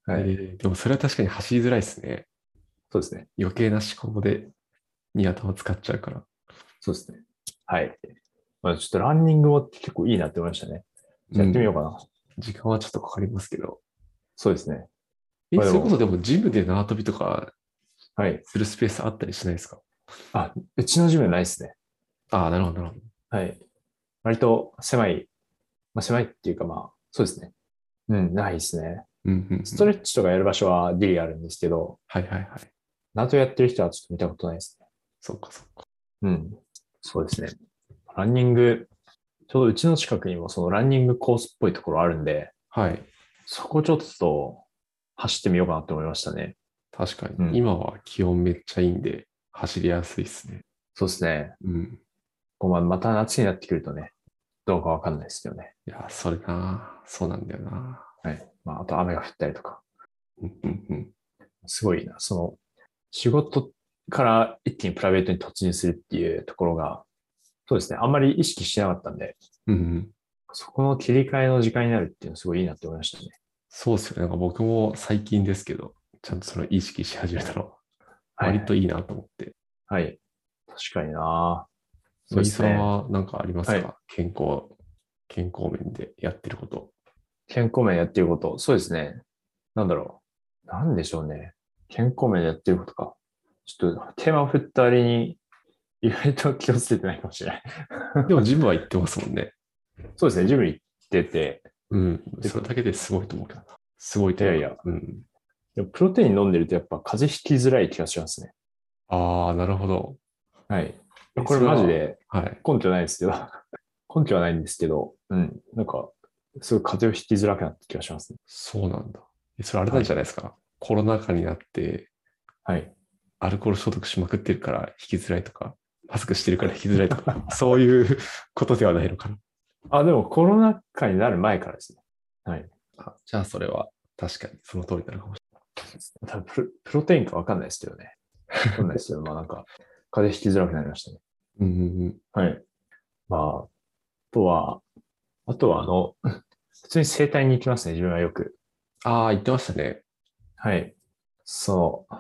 S1: ない。えーでも、それは確かに走りづらいですね。
S2: そうですね。
S1: 余計な思考で、に頭使っちゃうから。
S2: そうですね。はい。まあ、ちょっとランニングも結構いいなって思いましたね。やってみようかな。
S1: 時間はちょっとかかりますけど。
S2: そうですね。
S1: え、
S2: まあでも
S1: それこそでもジムで縄跳びとか
S2: はい。
S1: するスペースあったりしないですか
S2: うちのジムないですね。
S1: ああ、なるほど、なるほど。
S2: はい。割と狭い、まあ、狭いっていうかまあ、そうですね。うん、ないですね。
S1: うんうんうん。
S2: ストレッチとかやる場所はギリあるんですけど、
S1: はいはいはい。
S2: ナートやってる人はちょっと見たことないですね。
S1: そうかそうか。
S2: うん。そうですね。ランニング、ちょうどうちの近くにもそのランニングコースっぽいところあるんで、
S1: はい。
S2: そこちょっと走ってみようかなって思いましたね。
S1: 確かに、
S2: うん
S1: 今は気温めっちゃいいんで、走りやすいですね。
S2: そうですね。
S1: うん。
S2: こうまあまた夏になってくるとね、どうかわかんないですよね。
S1: いや、それな、そうなんだよな。
S2: はい。まあ、あと雨が降ったりとか。
S1: うんうんうん。
S2: すごいな。その、仕事から一気にプライベートに突入するっていうところが、そうですね。あんまり意識してなかったんで、
S1: うんうん。
S2: そこの切り替えの時間になるっていうのはすごいいいなって思いましたね。
S1: そうですよね。なんか僕も最近ですけど、ちゃんとその意識し始めたのは、
S2: はい
S1: 割といいなと思って。
S2: はい。確かにな
S1: そ
S2: そうう
S1: い
S2: で
S1: さ
S2: す
S1: ん
S2: ね
S1: は何かありますか、
S2: はい
S1: 健康、健康面でやってる こと。
S2: 健康面やってること。そうですね。なんだろう。なんでしょうね。健康面やってることか。ちょっとテーマを振った割に、意外と気をつけてないかもしれない。
S1: でもジムは行ってますもんね。
S2: そうですね。ジム行ってて、
S1: うん。それだけですごいと思うけどな。すごいと思う。
S2: いやいや。
S1: うん。
S2: でもプロテイン飲んでるとやっぱ風邪ひきづらい気がしますね。
S1: ああ、なるほど。
S2: はい。
S1: え
S2: これマジ
S1: そ
S2: で
S1: はい。
S2: 根拠ないですけど、 根拠はないんですけど、うん。なんか、すごい風邪をひきづらくなった気がしますね。
S1: そうなんだ。えそれあれなんじゃないですか、コロナ禍になって、
S2: はい。
S1: アルコール消毒しまくってるから引きづらいとか、マスクしてるから引きづらいと か、そういうことではないのかな。
S2: あ、でもコロナ禍になる前からですね。
S1: あじゃあそれは確かにその通りになるかもし
S2: 多分プロプロテインかわかんないですけどね。わかんないですけ ど、まあなんか、風邪ひきづらくなりましたね。
S1: れない。うんうんうん。
S2: はい。まあ、あとは、あとはあの、普通に整体に行きますね、自分はよく。
S1: ああ、言ってましたね。
S2: はい。そう。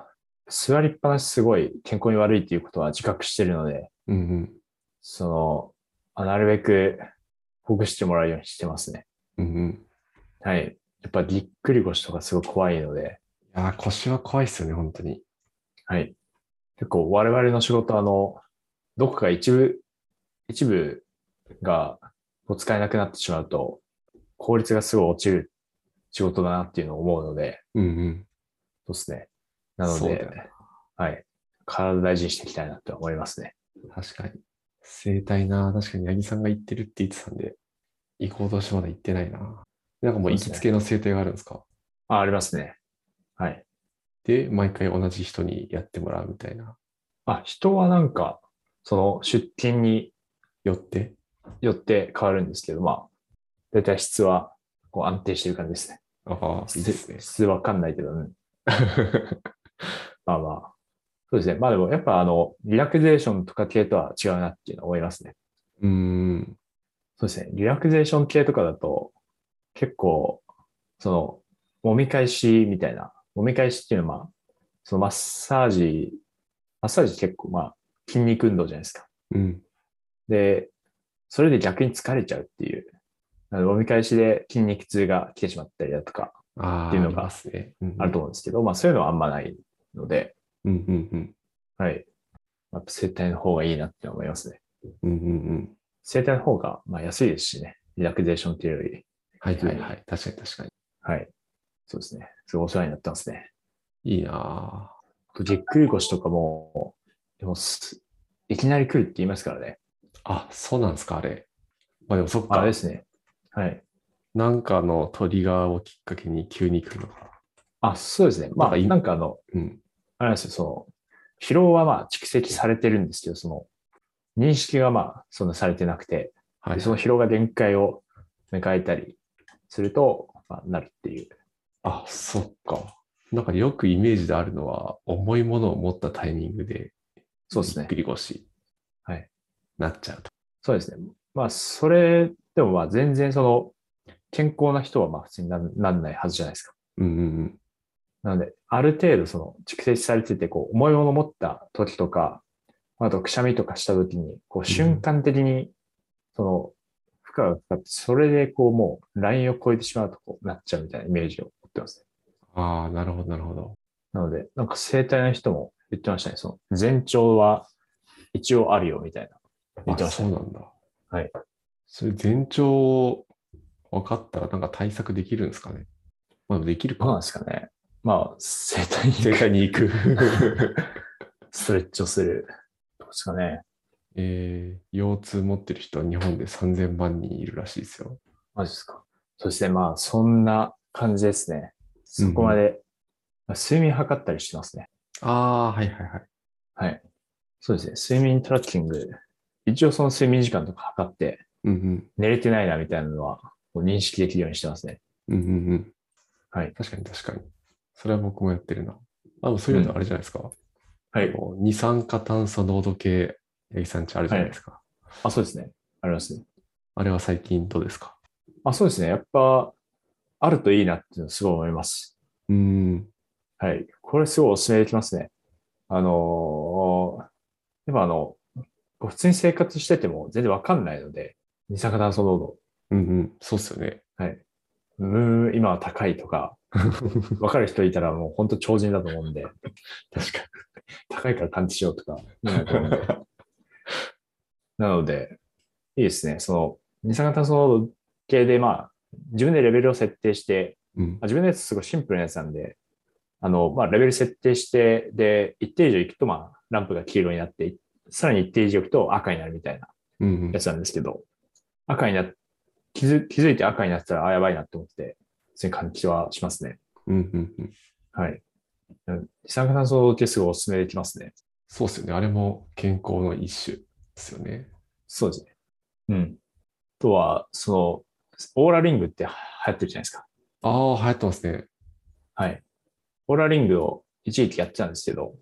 S2: 座りっぱなしすごい健康に悪いっていうことは自覚してるので、
S1: うんうん。
S2: その、あなるべくほぐしてもらうようにしてますね。
S1: うんうん。
S2: はい。やっぱぎっくり腰とかすごい怖いので、
S1: いやー腰は怖いっすよね、本当に。
S2: はい。結構我々の仕事あの、どこか一部、一部がこう使えなくなってしまうと、効率がすごい落ちる仕事だなっていうのを思うので、
S1: うんうん。
S2: そうですね。なの
S1: そうだ
S2: で
S1: よ、
S2: はい。体大事にしていきたいなと思いますね。
S1: 確かに。整体な、確かに八木さんが行ってるって言ってたんで、行こうとしてまだ行ってないな。なんかもう行きつけの整体があるんですか
S2: あ、ありますね。はい。
S1: で毎回同じ人にやってもらうみたいな。
S2: あ、人はなんか、その出勤に
S1: よって。
S2: よって変わるんですけど、まあ、だいたい質はこう安定してる感じですね。
S1: ああ、いいですね
S2: 質。質わかんないけど、うん。まあまあ。そうですね。まあでも、やっぱあの、リラクゼーションとか系とは違うなっていうのは思いますね。
S1: うーん。
S2: そうですね。リラクゼーション系とかだと、結構、その、揉み返しみたいな。揉み返しっていうのは、まあ、そのマッサージ、マッサージ結構、まあ、筋肉運動じゃないですか。
S1: うん。
S2: で、それで逆に疲れちゃうっていう。あの揉み返しで筋肉痛が来てしまったりだとか
S1: ああ、
S2: っていうのが
S1: ありますね。うんうん
S2: あると思うんですけど、まあそういうのはあんまないので、
S1: うんうん
S2: はい。やっぱ整体の方がいいなって思いますね。
S1: うん。うんうんうん。
S2: 整体の方がまあ安いですしね。リラクゼーションっていうより。
S1: はいはいはい。確かに確かに。
S2: はい。そうですね。すごいお世話になってますね。
S1: いいな
S2: ぎっくり腰とかも、でもす、いきなり来るって言いますからね。
S1: あ。あ、そうなんですか、あれ。まあでもそっ
S2: あ
S1: か
S2: れで。すね。はい。
S1: なんかのトリガーをきっかけに急に来るのかな。
S2: あ、そうですね。まあ、
S1: なんかい
S2: なんかあの、
S1: うん。
S2: あれなんですよ、その、疲労はまあ蓄積されてるんですけど、その、認識がまあ、そんなされてなくて、
S1: はい。
S2: その疲労が限界を迎えたりすると、まあ、なるっていう。
S1: あ、そっか。なんかよくイメージであるのは、重いものを持ったタイミングで、
S2: そうです
S1: ぎっ
S2: ね
S1: く。り腰、
S2: はい。
S1: なっちゃうと。
S2: そうですね。まあ、それでもまあ、全然その、健康な人はまあ、普通になんなんないはずじゃないですか。
S1: うんうんうん。
S2: なので、ある程度その、蓄積されてて、こう、重いもの持った時とか、あと、くしゃみとかした時に、こう、瞬間的に、その、負荷がかかって、それで、こう、もう、ラインを超えてしまうと、こう、なっちゃうみたいなイメージを持ってますね。
S1: ああ、なるほど、なるほど。
S2: なので、なんか生体の人も言ってましたね。その前兆は一応あるよみたいな。言って
S1: あ、
S2: ました
S1: そう
S2: ね
S1: なんだ。
S2: はい。
S1: それ前兆分かったらなんか対策できるんですかね。まあできる
S2: どうな
S1: か。
S2: んですかね。まあ、生体に
S1: 正解に行 く。
S2: ストレッチをする。どうですかね。
S1: えー、腰痛持ってる人は日本で3000万人いるらしいですよ。
S2: マジですか。そしてまあ、そんな感じですね。そこまで、まあ睡眠測ったりしてますね。
S1: ああー、はいはいはい。
S2: はい。そうですね。睡眠トラッキング。一応その睡眠時間とか測って、
S1: うんうん。
S2: 寝れてないなみたいなのは、こう認識できるようにしてますね。
S1: うんうんうん。
S2: はい。
S1: 確かに確かに。それは僕もやってるな。あ、でもそういうのあれじゃないですか。
S2: はい。
S1: こう二酸化炭素濃度計、八木さんちあるじゃないですか。
S2: あ、そうですね。ありますね。
S1: あれは最近どうですか
S2: あ、そうですね。やっぱ、あるといいなっていうのすごい思います。
S1: うん。
S2: はい。これすごいお勧めできますね。あのー、でもあの、こう普通に生活してても全然わかんないので、二酸化炭素濃度、
S1: うんうん。そうっすよね。
S2: うーん、今は高いと か、わかる人いたらもう本当超人だと思うんで、
S1: 確か
S2: 高いから感知しようとか、なんか思うんでなので、いいですね。その、二酸化炭素濃度系で、まあ、自分でレベルを設定して、
S1: に。うん
S2: まあ。自分のやつすごいシンプルなやつなんで、あの、まあ、レベル設定して、で、一定以上行くと、まあ、ランプが黄色になって、さらに一定以上行くと赤になるみたいな
S1: うんうん
S2: やつなんですけど、赤になっ気づ、気づいて赤になってたら、あ、やばいなって思って、普通に感じはしますね。
S1: うんうんうん。
S2: はい。うん二酸化炭素ってすごいお勧めできますね。
S1: そうっすよね。あれも健康の一種ですよね。
S2: そうですね。うん。あとは、その、オーラリングって流行ってるじゃないですか。
S1: ああ、流行ってますね。
S2: はい。オーラリングを一時期やってたんですけど、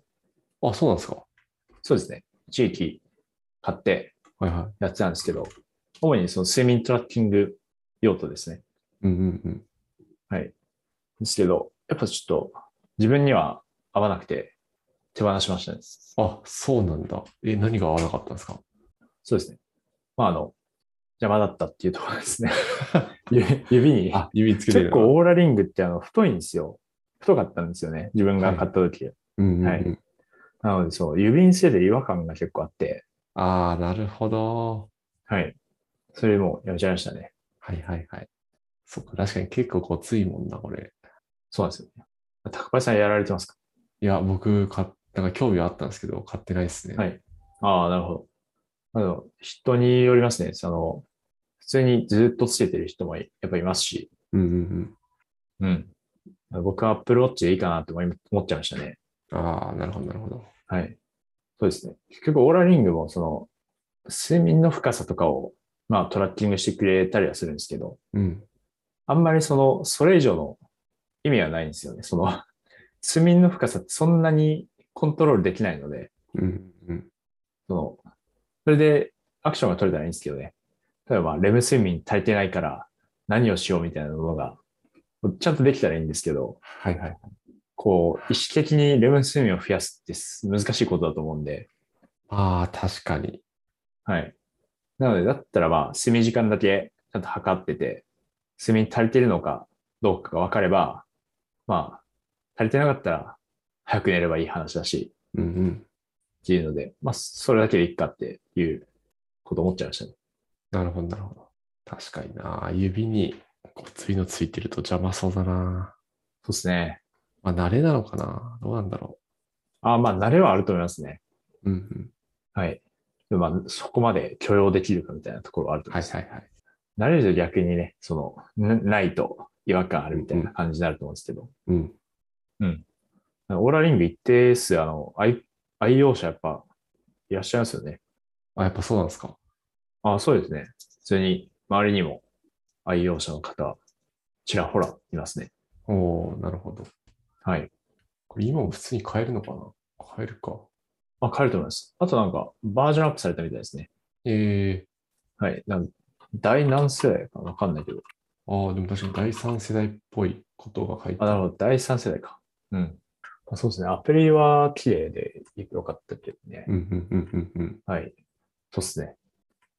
S1: あ、そうなんですか。
S2: そうですね。一時期買って、
S1: はいは
S2: やってたんですけど、主にその睡眠トラッキング用途ですね。
S1: い。うんうんうん。
S2: ですけど、やっぱちょっと自分には合わなくて手放しましたね。
S1: あ、そうなんだ。え、何が合わなかったんですか
S2: そうですね。まああの、邪魔だったっていうところ ですね。指指に。
S1: あ、指つけて
S2: 結
S1: る。
S2: 構オーラリングってあの太いんですよ。太かったんですよね。自分が買った時。
S1: うんうんうん、
S2: はいなのでそう、指にせいで違和感が結構あって、
S1: ああ、なるほど。
S2: はい。それもやめちゃいましたね。
S1: はいはいはい。そっか、確かに結構ごついもんな、これ。
S2: そうなんですよね。高橋さんやられてますか
S1: いや、僕、買っなんか興味はあったんですけど、買ってないですね。
S2: はいああ、なるほど。あの、人によりますね。その、普通にずっとつけてる人もやっぱいますし、
S1: うんうん
S2: うん。僕は Apple Watch でいいかなって思い思っちゃいましたね。
S1: うん。ああ、なるほど、なるほど。
S2: はい。そうですね。結局、オーラリングも、その、睡眠の深さとかを、まあ、トラッキングしてくれたりはするんですけど、
S1: うん。
S2: あんまりその、それ以上の意味はないんですよね。その、 睡眠の深さってそんなにコントロールできないので、
S1: うんうん。
S2: その、それでアクションが取れたらいいんですけどね。例えば、レム睡眠足りてないから何をしようみたいなものが、ちゃんとできたらいいんですけど、
S1: はいはい。
S2: こう、意識的にレム睡眠を増やすってす難しいことだと思うんで、
S1: ああ、確かに。
S2: はい。なので、だったらまあ、睡眠時間だけちゃんと測ってて、睡眠足りてるのかどうかが分かれば、まあ、足りてなかったら早く寝ればいい話だし、
S1: うんうん。
S2: っていうので、まあ、それだけでいいかっていうこと思っちゃいましたね。
S1: なるほど、なるほど。確かにな。指にごついのついてると邪魔そうだな。
S2: そうですね。
S1: まあ、慣れなのかな。どうなんだろ
S2: あまあ、慣れはあると思いますね。
S1: う。うんうん。
S2: はい。でもまあ、そこまで許容できるかみたいなところはあると思
S1: はい
S2: います。
S1: はいはい。
S2: 慣れると逆にね、その、なないと違和感あるみたいな感じになると思うんですけど、
S1: うん。
S2: オーラリング一定数、あの、愛愛用者やっぱいらっしゃいますよね。
S1: あ、やっぱそうなんですか。
S2: あそうですね。普通に周りにも愛用者の方、ちらほらいますね。
S1: おおなるほど。
S2: はい。
S1: これ今も普通に買えるのかな買えるか。
S2: まあ、変えると思います。あとなんか、バージョンアップされたみたいですね。
S1: ええ
S2: はい。なん第何世代かわかんないけど。
S1: ああ、でも確かに第三世代っぽいことが書いて
S2: あ、
S1: ある。
S2: なるほど。第3世代か。うん。まあ、そうですね。アプリは綺麗で良かったけどね。
S1: うんうんうんうんうん。
S2: はい。そうですね。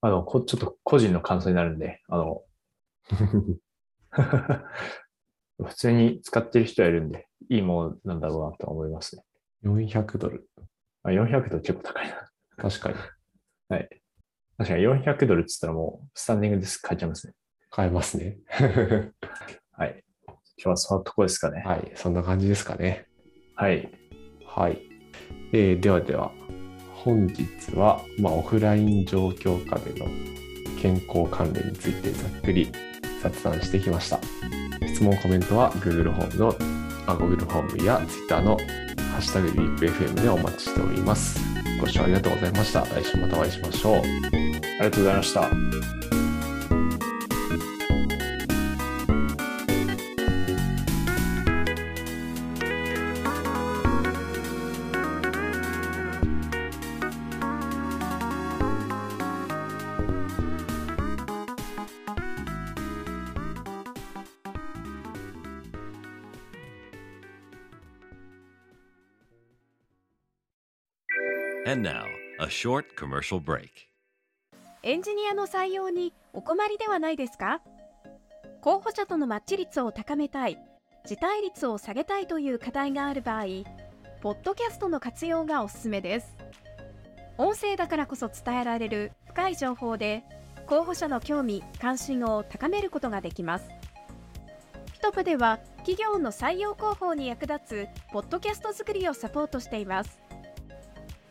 S2: あの、こちょっと個人の感想になるんで、あの、 普通に使ってる人はいるんで、いいものなんだろうなとは思いますね。
S1: 400ドル。
S2: あ400ドル結構高いな。
S1: 確かに。
S2: はい。確かに400ドルって言ったらもう、スタンディングデスク買えちゃいますね。
S1: 買えますね。
S2: はい。今日はそのとこですかね。
S1: はい。そんな感じですかね。
S2: はい。
S1: はい。えーではでは、本日は、まあ、オフライン状況下での健康関連についてざっくり雑談してきました。質問、コメントは Google ホームの、あ、Google ホームや Twitter のハッシュタグリープ FM でお待ちしております。ご視聴ありがとうございました。来週またお会いしましょう。
S2: ありがとうございました。
S3: And now, a short commercial break.
S4: エンジニアの採用にお困りではないですか候補者とのマッチ率を高めたい、辞退率を下げたいという課題がある場合、ポッドキャストの活用がおすすめです。音声だからこそ伝えられる深い情報で、候補者の興味・関心を高めることができます。ヒトプでは、企業の採用広報に役立つポッドキャスト作りをサポートしています。